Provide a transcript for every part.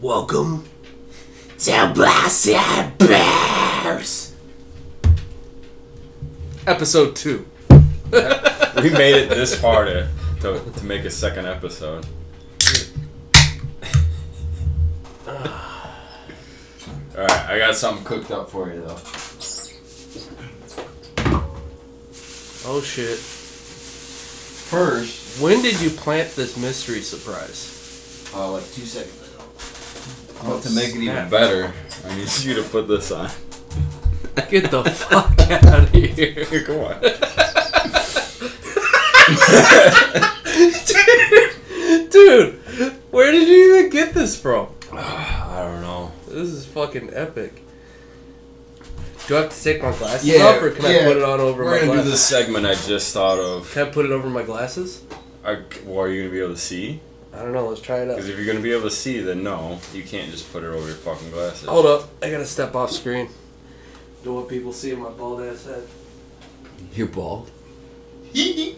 Welcome to Blessed Bears. Episode two. We made it this far to, to, to make a second episode. All right, I got something cooked up for you though. Oh shit. First, When did you plant this mystery surprise? uh, like two seconds. ago. Oh, But to make it even snap. better, I need you to put this on. Get the fuck out of here. Here, Come on. dude, dude, where did you even get this from? I don't know. This is fucking epic. Do I have to take my glasses Yeah, off or can I yeah. put it on over We're my gonna do glasses? this segment I just thought of. Can I put it over my glasses? Are, well, are you gonna be able to see? I don't know, let's try it out. Because if you're gonna be able to see, then no, you can't just put it over your fucking glasses. Hold up, I gotta step off screen. Don't want people seeing my bald ass head. You're bald.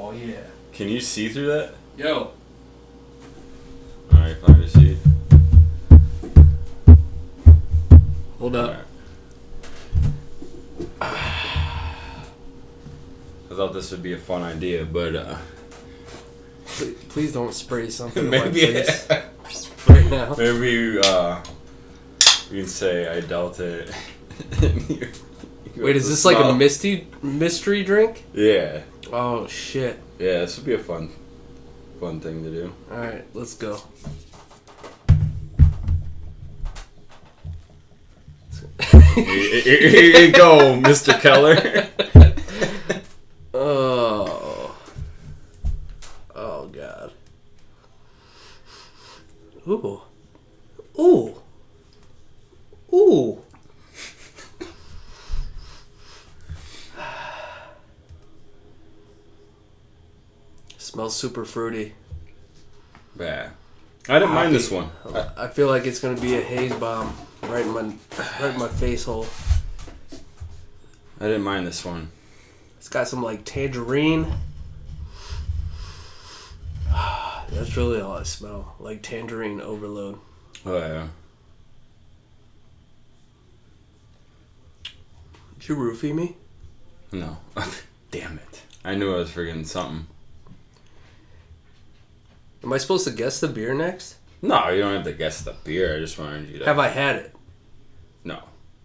Oh yeah. Can you see through that? Yo, All right, fine, just see. hold All up. right. I thought this would be a fun idea, but uh, Please, please don't spray something in my maybe face right now. maybe uh, we can say I dealt it. You- you Wait, have is to this like a smell. misty mystery drink? Yeah, Oh shit! yeah, this would be a fun, fun thing to do. All right, let's go. here, here- here you go, Mr. Keller. Oh, oh god. Ooh, ooh, ooh. Smells super fruity. Yeah, I didn't mind this one. I- I feel like it's gonna be a haze bomb right in my right in my face hole. I didn't mind this one. It's got some like tangerine. That's really all I smell, like tangerine overload. Oh yeah. Did you roofie me? No. Damn it. I knew I was forgetting something. Am I supposed to guess the beer next? No, you don't have to guess the beer. I just wanted you to. Have I had it? No.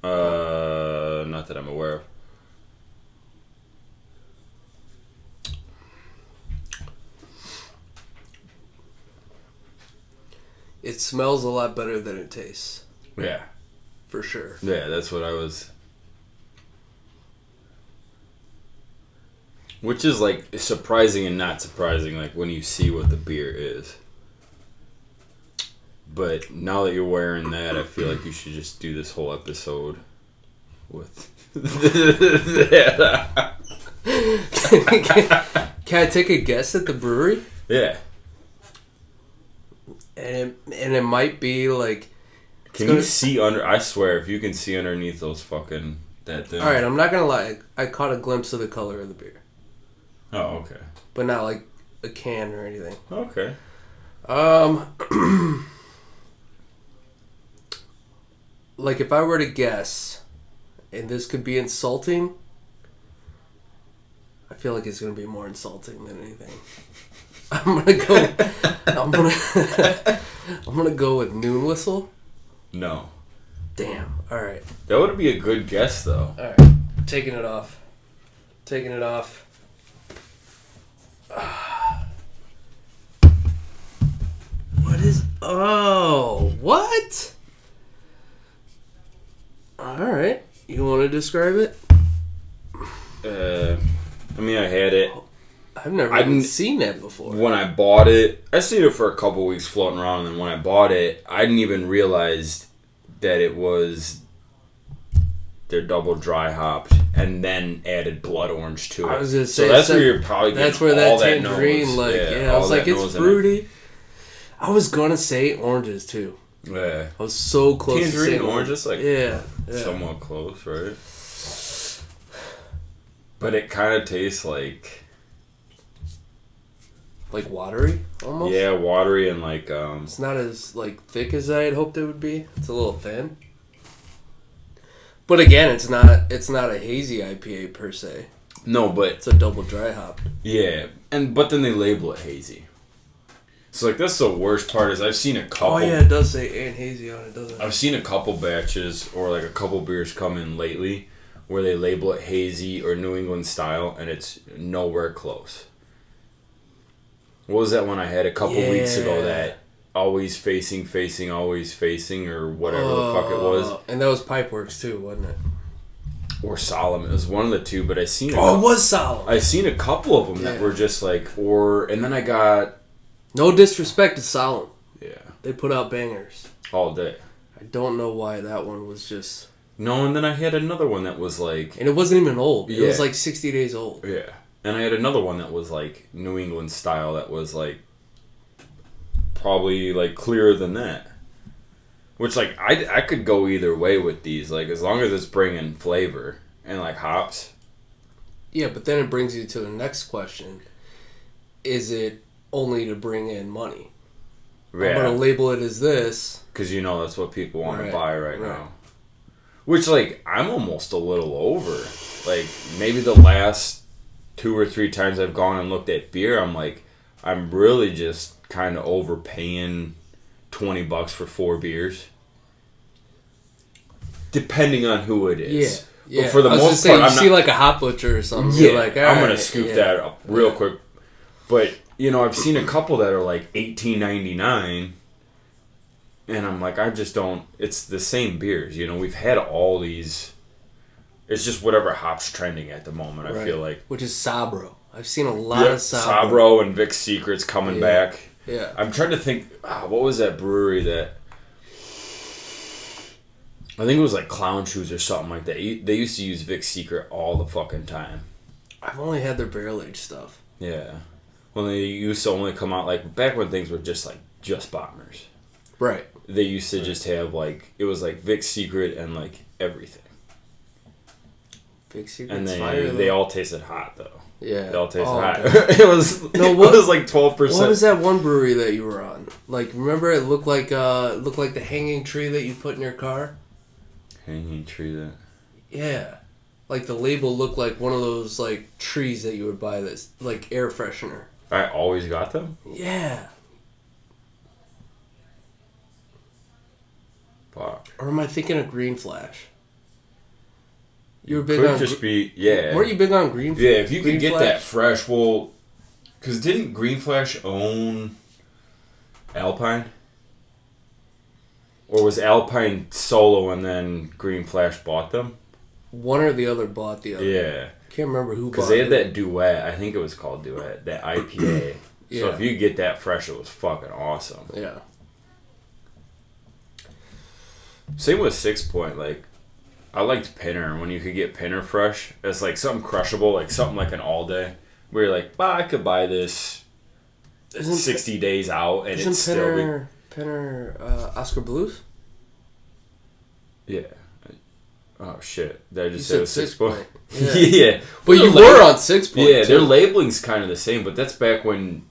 Uh, not that I'm aware of. It smells a lot better than it tastes, Yeah. for sure. Yeah, that's what I was. Which is like surprising and not surprising, like when you see what the beer is. But now that you're wearing that, I feel like you should just do this whole episode with. Can I take a guess at the brewery? yeah. And it, and it might be like Can gonna- you see under? I swear, if you can see underneath those fucking that thing. all right. I'm not gonna lie. I caught a glimpse of the color of the beer, Oh, okay. but not like a can or anything. Okay. Um, like if I were to guess, and this could be insulting, I feel like it's gonna be more insulting than anything. I'm gonna go. I'm gonna. I'm gonna go with Noon Whistle. No, Damn. All right. that would be a good guess though. All right. Taking it off. Taking it off. Ah. What is? Oh, what? All right. You want to describe it? Uh, I mean, I had it I've never I even didn't- seen that before. when I bought it. I stayed it for a couple weeks floating around, and then when I bought it, I didn't even realize that it was they're double dry hopped and then added blood orange to it. I was gonna so say, that's so where you're probably getting That's where that all that tangerine, nose. like, yeah, I all was like, that it's nose in fruity. I was gonna say oranges too. Yeah, I was so close. to Tangerine saying and orange, it's like- yeah, yeah. somewhat close, right? But it kind of tastes like like watery almost. Yeah, watery and like um, It's not as like thick as I had hoped it would be. It's a little thin. But again, it's not it's not a hazy IPA per se. no, but It's a double dry hop. yeah, and but then they label it hazy. So like that's the worst part is I've seen a couple. Oh yeah, it does say and hazy on it, doesn't it? I've seen a couple batches or like a couple beers come in lately where they label it hazy or New England style and it's nowhere close. What was that one I had a couple weeks ago Yeah. that always facing, facing, always facing or whatever the fuck it was? Uh, And that was Pipeworks too, wasn't it? Or Solemn. It was one of the two, but I seen a Oh, it cou- was solid. I seen a couple of them Yeah. that were just like or and then I got No disrespect to Solemn. yeah They put out bangers. all day. I don't know why that one was just No, and then I had another one that was like and it wasn't even old. It was Yeah. like sixty days old. Yeah. And I had another one that was like New England style that was like probably like clearer than that. Which like I, I could go either way with these like as long as it's bringing flavor and like hops. Yeah, but then it brings you to the next question. Is it only to bring in money? I'm gonna Yeah. label it as this. Cuz you know that's what people want Right, to buy right, right. now. Which like I'm almost a little over. Like maybe the last two or three times I've gone and looked at beer I'm like I'm really just kind of overpaying 20 bucks for four beers. Depending on who it is. Yeah. But for the I was most just saying, part, you I'm see not- like a hot butcher or something. Yeah, you're like, I'm going alright, to scoop yeah. that up real Yeah. quick. But, you know, I've seen a couple that are like 18.99 and I'm like I just don't it's the same beers, you know. We've had all these it's just whatever hops trending at the moment, I Right. feel like. Which is Sabro. I've seen a lot Yeah, of Sabro. Sabro and Vic's Secrets coming Yeah. back. Yeah. I'm trying to think. ah, what was that brewery that? I think it was like Clown Shoes or something like that. You- They used to use Vic's Secret all the fucking time. I've only had their barrel aged stuff. Yeah. When they used to only come out like back when things were just like just bombers. Right. They used to just have like it was like Vic's Secret and like everything. Big secrets. And they fire, they though. all tasted hot though. yeah. They all tasted Oh, hot. God. it was No, it what- was like twelve percent. What was that one brewery that you were on? Like, remember it looked like uh it looked like the hanging tree that you put in your car? Hanging tree that Yeah. Like the label looked like one of those like trees that you would buy this like air freshener. I always got them. Yeah. Fuck. Or am I thinking of Green Flash? You were big Could on just be yeah. Weren't you big on Green? Yeah, if you Green could get Flash? that fresh, well, because didn't Green Flash own Alpine, or was Alpine solo and then Green Flash bought them? one or the other bought the other. Yeah, Can't remember who because Oh. bought they had it. that duet. I think it was called duet. That IPA. So Yeah. if you could get that fresh, it was fucking awesome. Yeah. Same with Six Point. Like, I liked Pinner when you could get Pinner fresh. It's like something crushable, like something like an all day. Where you're like, bah, I could buy this Isn't, 60 days out and it's isn't still. be- Penner Penner uh, Oscar Blues? Yeah. Oh shit! Did I You just said say it was six, Six point? Point. Yeah. Yeah. Well, But you their were lab- on six point. Yeah, their too. labeling's kind of the same, but that's back when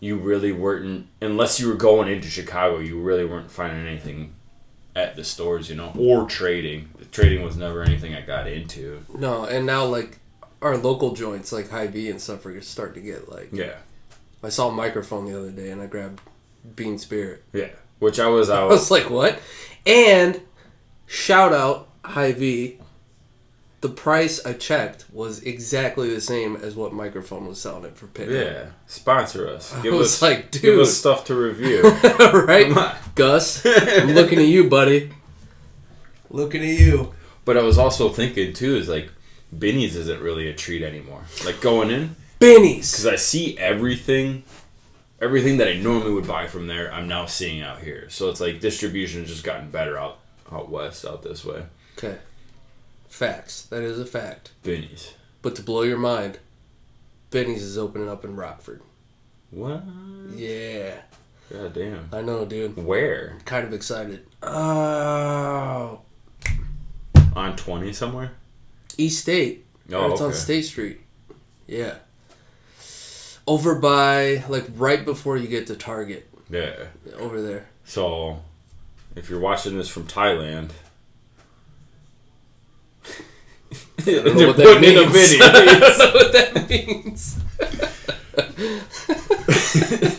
you really weren't, unless you were going into Chicago, you really weren't finding anything at the stores, you know, or trading. The trading was never anything I got into. no, and now like our local joints like High V and stuff are starting to get like. Yeah, I saw a microphone the other day and I grabbed Bean Spirit. yeah. Which I was I out. was like, what? And shout out High V. The price I checked was exactly the same as what microphone was selling it for Penner. yeah, sponsor us. Give was us like, give dude. us stuff to review. Come right? on. Gus, I'm looking at you, buddy. Looking at you. But I was also thinking too is like, Binny's isn't really a treat anymore. Like going in, Benny's. because I see everything, everything that I normally would buy from there, I'm now seeing out here. So it's like distribution has just gotten better out out west, out this way. Okay. Facts. That is a fact. Vinny's. But to blow your mind, Benny's is opening up in Rockford. What? Yeah. God damn. I know, dude. Where? Kind of excited. Oh. On twenty somewhere? East State. Oh, it's on okay. State Street. Yeah. over by like right before you get to Target Yeah. over there. So, if you're watching this from Thailand, they're know what that putting means. That's not what that in a video. means.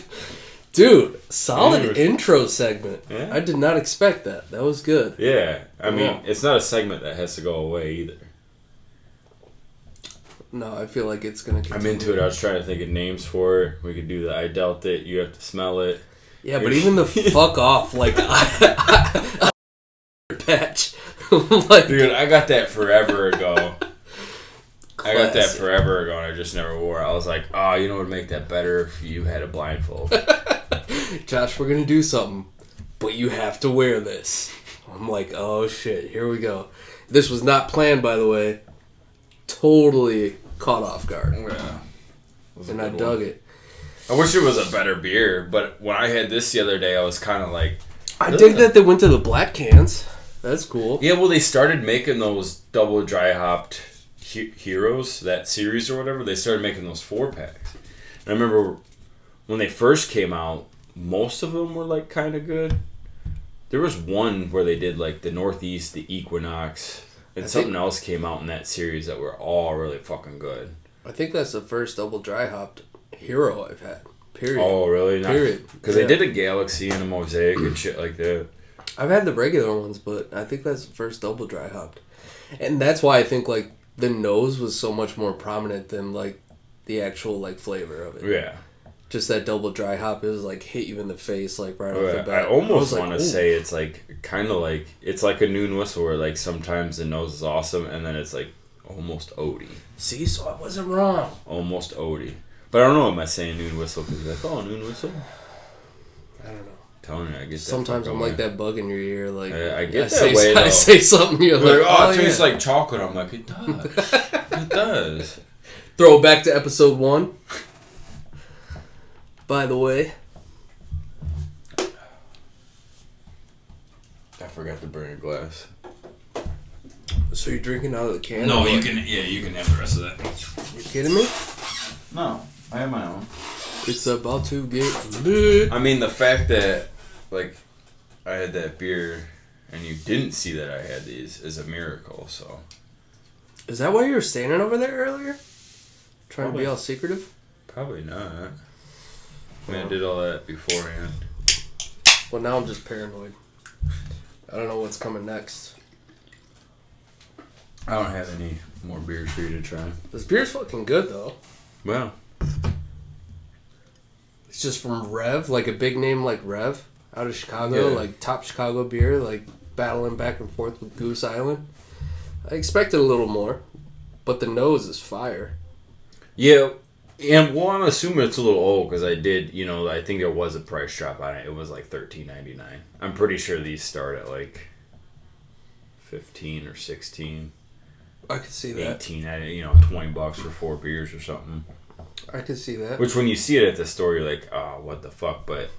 Dude, solid Anyways. intro segment. Yeah. I did not expect that. That was good. yeah, I mean, Yeah. it's not a segment that has to go away either. No, I feel like it's gonna. I'm Continue. into it. I was trying to think of names for it. We could do the I dealt it. You have to smell it. Yeah, but even the fuck off, like I- I- patch, like Dude, I got that forever ago. I got that classic. forever ago, and I just never wore. it. I was like, oh, you know what would make that better if you had a blindfold. Josh, we're gonna do something, but you have to wear this. I'm like, oh shit, here we go. This was not planned, by the way. Totally caught off guard, yeah. and I dug it. I wish it was a better beer, but when I had this the other day, I was kind of like, I dig that they went to the black cans. That's cool. yeah, well, they started making those double dry hopped he- heroes, that series or whatever. They started making those four packs. And I remember when they first came out, most of them were like kind of good. There was one where they did like the Northeast, the Equinox, and I think- something else came out in that series that were all really fucking good. I think that's the first double dry hopped hero I've had. Period. Oh, really? Period. Because Yeah. they did a Galaxy and a Mosaic and shit like that. I've had the regular ones, but I think that's the first double dry hopped, and that's why I think like the nose was so much more prominent than like the actual like flavor of it. Yeah. Just that double dry hop, it was like hit you in the face like right off the Right. bat. I was almost like, want to "Ooh." say it's like kind of like it's like a noon whistle where like sometimes the nose is awesome and then it's like almost Odie, see, so I wasn't wrong. almost Odie. But I don't know. Am I saying noon whistle? Because like oh noon whistle. I don't know. Telling you, I get that Sometimes fucking I'm way. like that bug in your ear, like I- I get that say, way, I though. say something, you're They're like, Like, oh, oh, it tastes yeah." like chocolate. I'm like it does. it does. Throw back to episode one. By the way, I forgot to bring a glass. so you're drinking out of the can? No, or you what? can. Yeah, you can have the rest of that. You kidding me? No, I have my own. It's about to get lit. I mean, the fact that like I had that beer and you didn't see that I had these is a miracle. So. Is that why you were standing over there earlier? Trying to be all secretive? Probably not. I mean, I did all that beforehand. Well, now I'm just paranoid. I don't know what's coming next. I don't have any more beers for you to try. This beer's fucking good, though. Well, It's just from Rev, like a big name like Rev out of Chicago, Yeah. like top Chicago beer, like battling back and forth with Goose Island. I expected a little more, but the nose is fire. yeah, and well, I'm assuming it's a little old because I did, you know, I think there was a price drop on it. It was like thirteen ninety nine. I'm pretty sure these start at like fifteen or sixteen, I could see that. eighteen, I- you know, twenty bucks for four beers or something. I could see that. Which, when you see it at the store, you're like, oh, what the fuck? But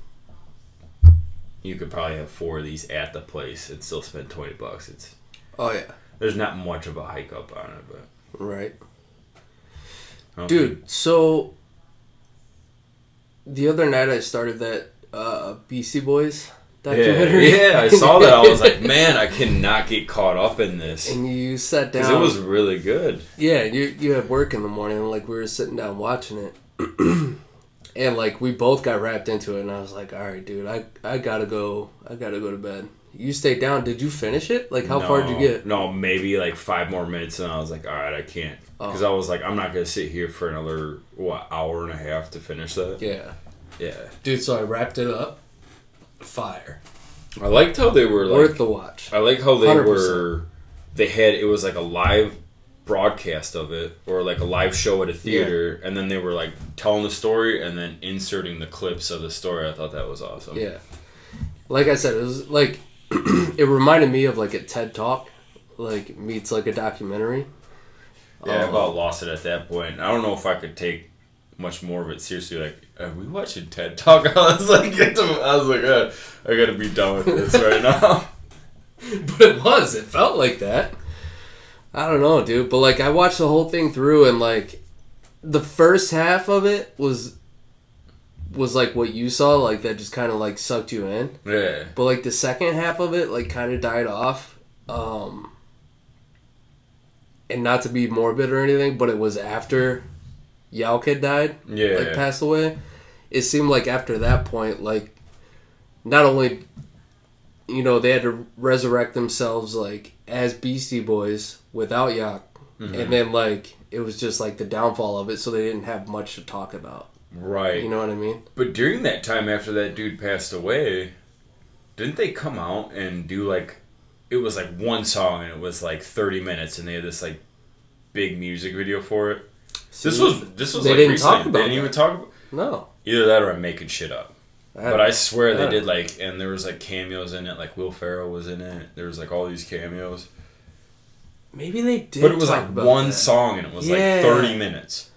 you could probably have four of these at the place and still spend twenty bucks. It's Oh, yeah. There's not much of a hike up on it, but Right. I don't think- Dude, so the other night I started that uh, BC Boys yeah, documentary. yeah, I saw that. I was like, man, I cannot get caught up in this and you sat because down. it was really good. yeah, you you had work in the morning. and, Like we were sitting down watching it, and like we both got wrapped into it. And I was like, all right, dude, I I gotta go. I gotta go to bed. You stayed down. Did you finish it? Like how far did you No, get? No, maybe like five more minutes, and I was like, all right, I can't Oh. because I was like, I'm not gonna sit here for another what hour and a half to finish that. Yeah, Yeah, dude. So I wrapped it up. Fire. I liked how they were like Worth the watch. I like how they 100%. were. They had it was like a live broadcast of it, or like a live show at a theater, and then they were like telling the story and then inserting the clips of the story. I thought that was awesome. Yeah. Like I said, it was like it reminded me of like a TED talk, like meets like a documentary. yeah, I Oh. about lost it at that point. I don't know if I could take much more of it seriously. Like, are we watching TED Talk? I was like, get the, I was like, uh, I gotta be done with this right now. But it was, it felt like that. I don't know, dude, but like I watched the whole thing through and like the first half of it was was like what you saw, like that just kind of like sucked you in. Yeah. But like the second half of it, like kind of died off. Um, and not to be morbid or anything, but it was after Yao Kid died, Yeah. like passed away. It seemed like after that point, like not only you know they had to resurrect themselves like as Beastie Boys without Yak, Mm-hmm. and then like it was just like the downfall of it, so they didn't have much to talk about. right. You know what I mean? But during that time after that dude passed away, didn't they come out and do like it was like one song and it was like 30 minutes and they had this like big music video for it. This See, was this was They like didn't recent. talk about they didn't even that. talk about no. either that or I'm making shit up. But I swear they Yeah. did like and there was like cameos in it like Will Ferrell was in it. There was like all these cameos. maybe they did, But it was talk like about one that. song and it was Yeah. like 30 minutes.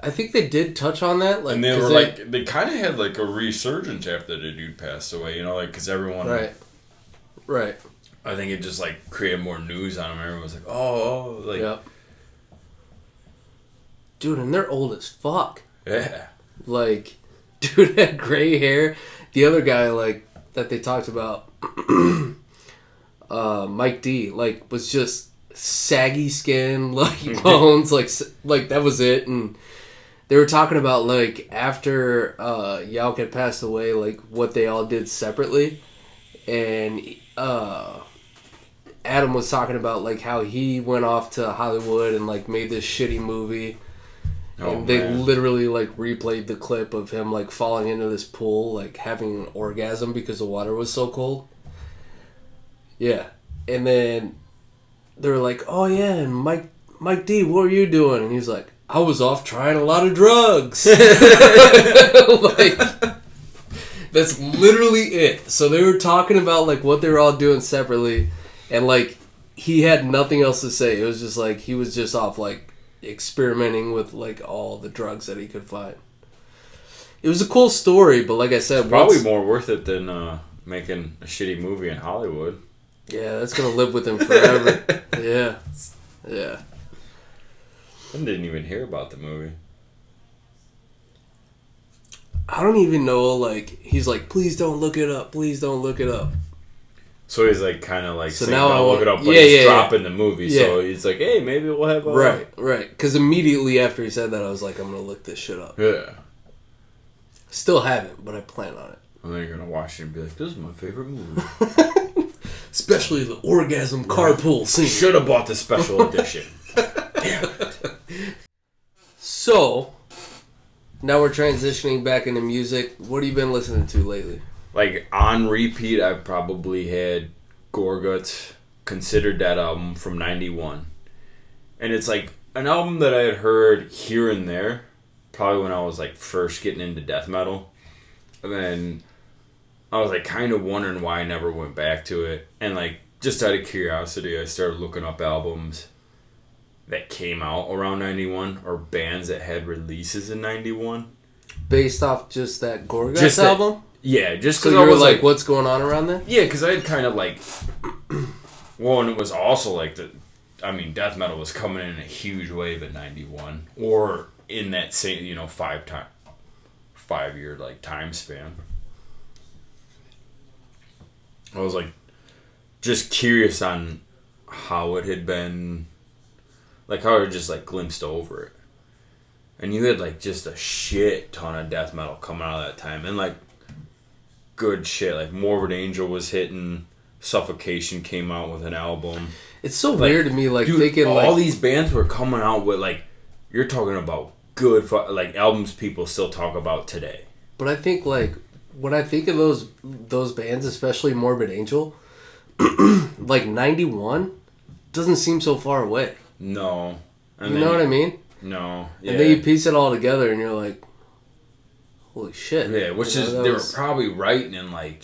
I think they did touch on that, like And they 'cause were like they kind of had like a resurgence after the dude passed away, you know, like cuz everyone right, right, I think it just like created more news on him. Everyone was like, "Oh, oh," like yep. Dude, and they're old as fuck. yeah, Like, dude had gray hair. The other guy, like that they talked about, uh, Mike D, like was just saggy skin, like bones, like s- like that was it. And they were talking about like after uh, Yalk had passed away, like what they all did separately, and uh, Adam was talking about like how he went off to Hollywood and like made this shitty movie. Oh, And they man. literally like replayed the clip of him like falling into this pool, like having an orgasm because the water was so cold. Yeah, and then they were like, "Oh yeah," and Mike Mike D, what were you doing? And he's like, "I was off trying a lot of drugs." like, that's literally it. So they were talking about like what they were all doing separately, and like he had nothing else to say. It was just like he was just off like experimenting with like all the drugs that he could find. It was a cool story, but like I said, probably once- more worth it than uh, making a shitty movie in Hollywood." yeah, that's gonna live with him forever. yeah, yeah. I didn't even hear about the movie. I don't even know. Like he's like, please don't look it up. Please don't look it up. So he's like, kind of like, So saying, now I "I'll want- look it up," but Yeah, he's yeah, dropping the movie. So Yeah. he's like, "Hey, maybe we'll have a Right, right. Because immediately after he said that, I was like, I'm gonna look this shit up. Yeah, Still haven't, but I plan on it. and then you're gonna watch it and be like, "This is my favorite movie. Especially the orgasm carpool scene. Should have bought the special edition." So now we're transitioning back into music. What have you been listening to lately? like on repeat, I've probably had Gorguts considered that album from '91, and it's like an album that I had heard here and there, probably when I was like first getting into death metal, and then I was like kind of wondering why I never went back to it, and like just out of curiosity, I started looking up albums that came out around '91 or bands that had releases in '91. Based off just that Gorgas Just that- album. Yeah, just So because you I were was like, like what's going on around that? Yeah, because I had kind of like, well, and it was also like the, I mean, death metal was coming in a huge wave at '91, or in that same, you know, five time, five year like time span. I was like, just curious on how it had been, like how it just like glimpsed over it, and you had like just a shit ton of death metal coming out of that time, and like good shit. Like Morbid Angel was hitting. Suffocation came out with an album. It's so weird to me. Like thinking all like these bands were coming out with like, you're talking about good fu- like albums people still talk about today. But I think like when I think of those those bands, especially Morbid Angel, like ninety one doesn't seem so far away. No, and You know what I mean? No, yeah, And then you piece it all together, and you're like, "Holy shit!" yeah. Which You know, is that they was- were probably writing in like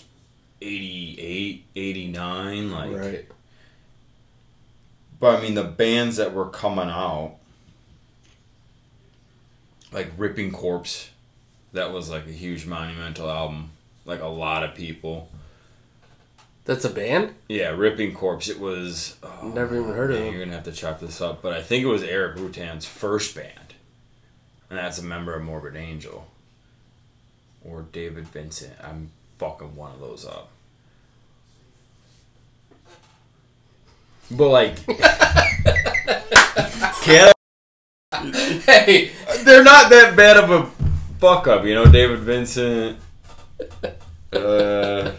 88, 89, like. right. But I mean, the bands that were coming out, like Ripping Corpse, that was like a huge monumental album. Like a lot of people. That's a band. Yeah, Ripping Corpse. It was. oh, Never even heard of man, them. You're gonna have to chop this up, but I think it was Eric Rutan's first band. and that's a member of Morbid Angel or David Vincent. I'm fucking one of those up. But like, Caleb, Hey, they're not that bad of a fuck up, you know. David Vincent. Uh,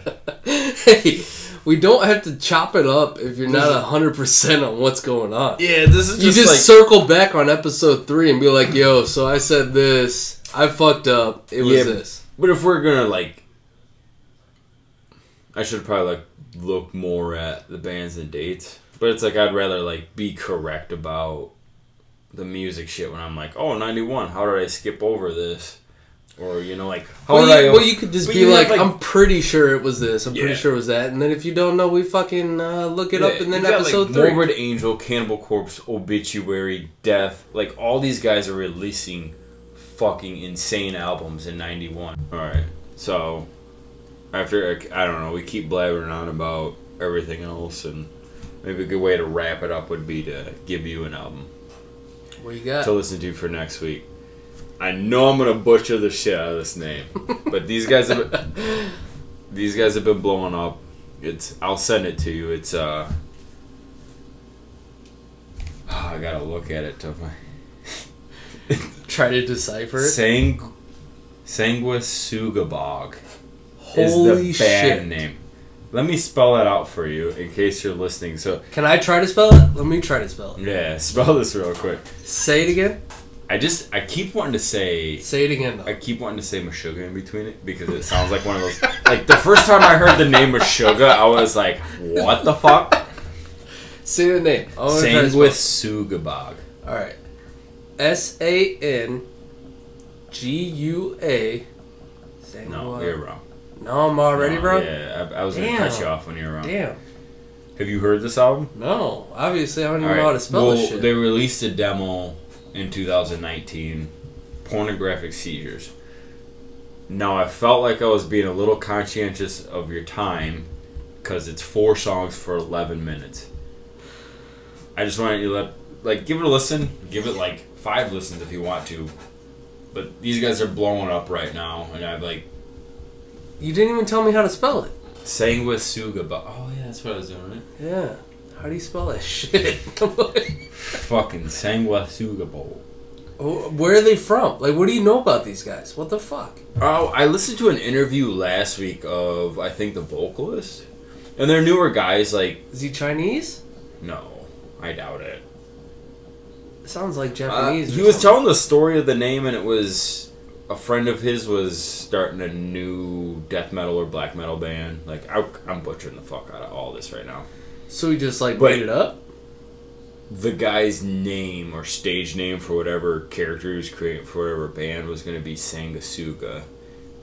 hey, we don't have to chop it up if you're not hundred percent on what's going on. yeah, this is you just, just like circle back on episode three and be like, "Yo, so I said this. I fucked up. It was Yeah, but- this." But if we're gonna like, I should probably like look more at the bands and dates. But it's like I'd rather like be correct about the music shit when I'm like, oh, 91, How did I skip over this? Or you know, like how Well did you, I? well, you could just but be you like, have, like- "I'm pretty sure it was this. I'm Yeah. pretty sure it was that." And then if you don't know, we fucking uh, look it up. Yeah, And then you got, episode like, three. Morbid Angel, Cannibal Corpse, Obituary, Death, like all these guys are releasing fucking insane albums in '91. All right, so after like, I don't know, we keep blabbering on about everything else, and maybe a good way to wrap it up would be to give you an album what you got? to listen to for next week. I know I'm gonna butcher the shit out of this name, but these guys have these guys have been blowing up. It's I'll send it to you. It's uh, oh, I gotta look at it to my Try to decipher it. Sang Sanguisugabog Holy is the band shit! name. Let me spell it out for you in case you're listening. So Can I try to spell it? Let me try to spell it. yeah, spell this real quick. Say it again. I just I keep wanting to say Say it again. Though. I keep wanting to say Meshuggah in between it because it sounds like one of those. Like the first time I heard the name Meshuggah, I was like, "What the fuck?" Say the name. I wanna try to spell it. Sanguisugabog. All right. S A N G U A. No, you're wrong. No, I'm already No, wrong. Yeah, I, I was gonna cut Damn. you off when you were wrong. Damn. Have you heard this album? No, obviously I don't even All right. know how to spell well, this shit. they released a demo in 2019, pornographic seizures. Now I felt like I was being a little conscientious of your time because it's four songs for 11 minutes. I just wanted you to let like give it a listen, give it like five listens if you want to. But these guys are blowing up right now, and I've like You didn't even tell me how to spell it. Sanguisuga, but oh yeah, that's what I was doing. Right? Yeah. How do you spell that shit? Fucking Sanguisuga bowl. Oh, Where are they from? Like, what do you know about these guys? What the fuck? Oh, I listened to an interview last week of I think the vocalist, and their newer guys like Is he Chinese? no, I doubt it. Sounds like Uh, Japanese. he was telling the story of the name, and it was a friend of his was starting a new death metal or black metal band. Like I, I'm butchering the fuck out of all this right now. So he just like But- made it up. The guy's name or stage name for whatever character he was creating for whatever band was going to be Sangasuga,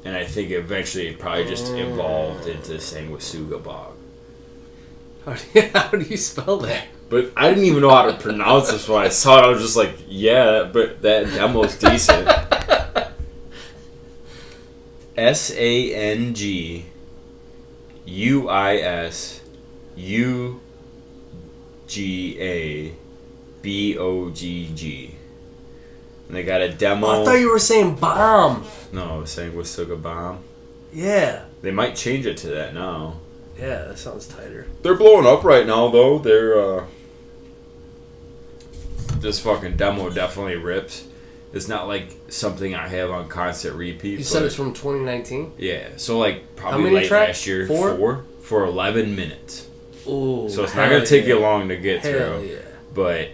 and I think eventually it probably just evolved into Sangasuga Bog. How do you, how do you spell that? But I didn't even know how to pronounce this when I saw it. I was just like, yeah, but that demo's decent. S A N G U I S U G A B O G G. And they got a demo. I thought you were saying bomb. no, I was saying was Suga Bomb. Yeah. They might change it to that now. Yeah, that sounds tighter. They're blowing up right now, though. They're uh, this fucking demo definitely rips. It's not like something I have on constant repeat. You said but- it's from 2019. yeah. So like probably many late tracks? last year, Four? four for eleven minutes. Ooh. So it's not gonna take you long. long to get Hell through, yeah! but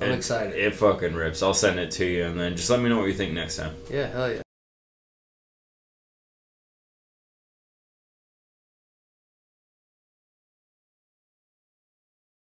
I'm it- excited. It fucking rips. I'll send it to you, and then just let me know what you think next time. yeah, hell yeah.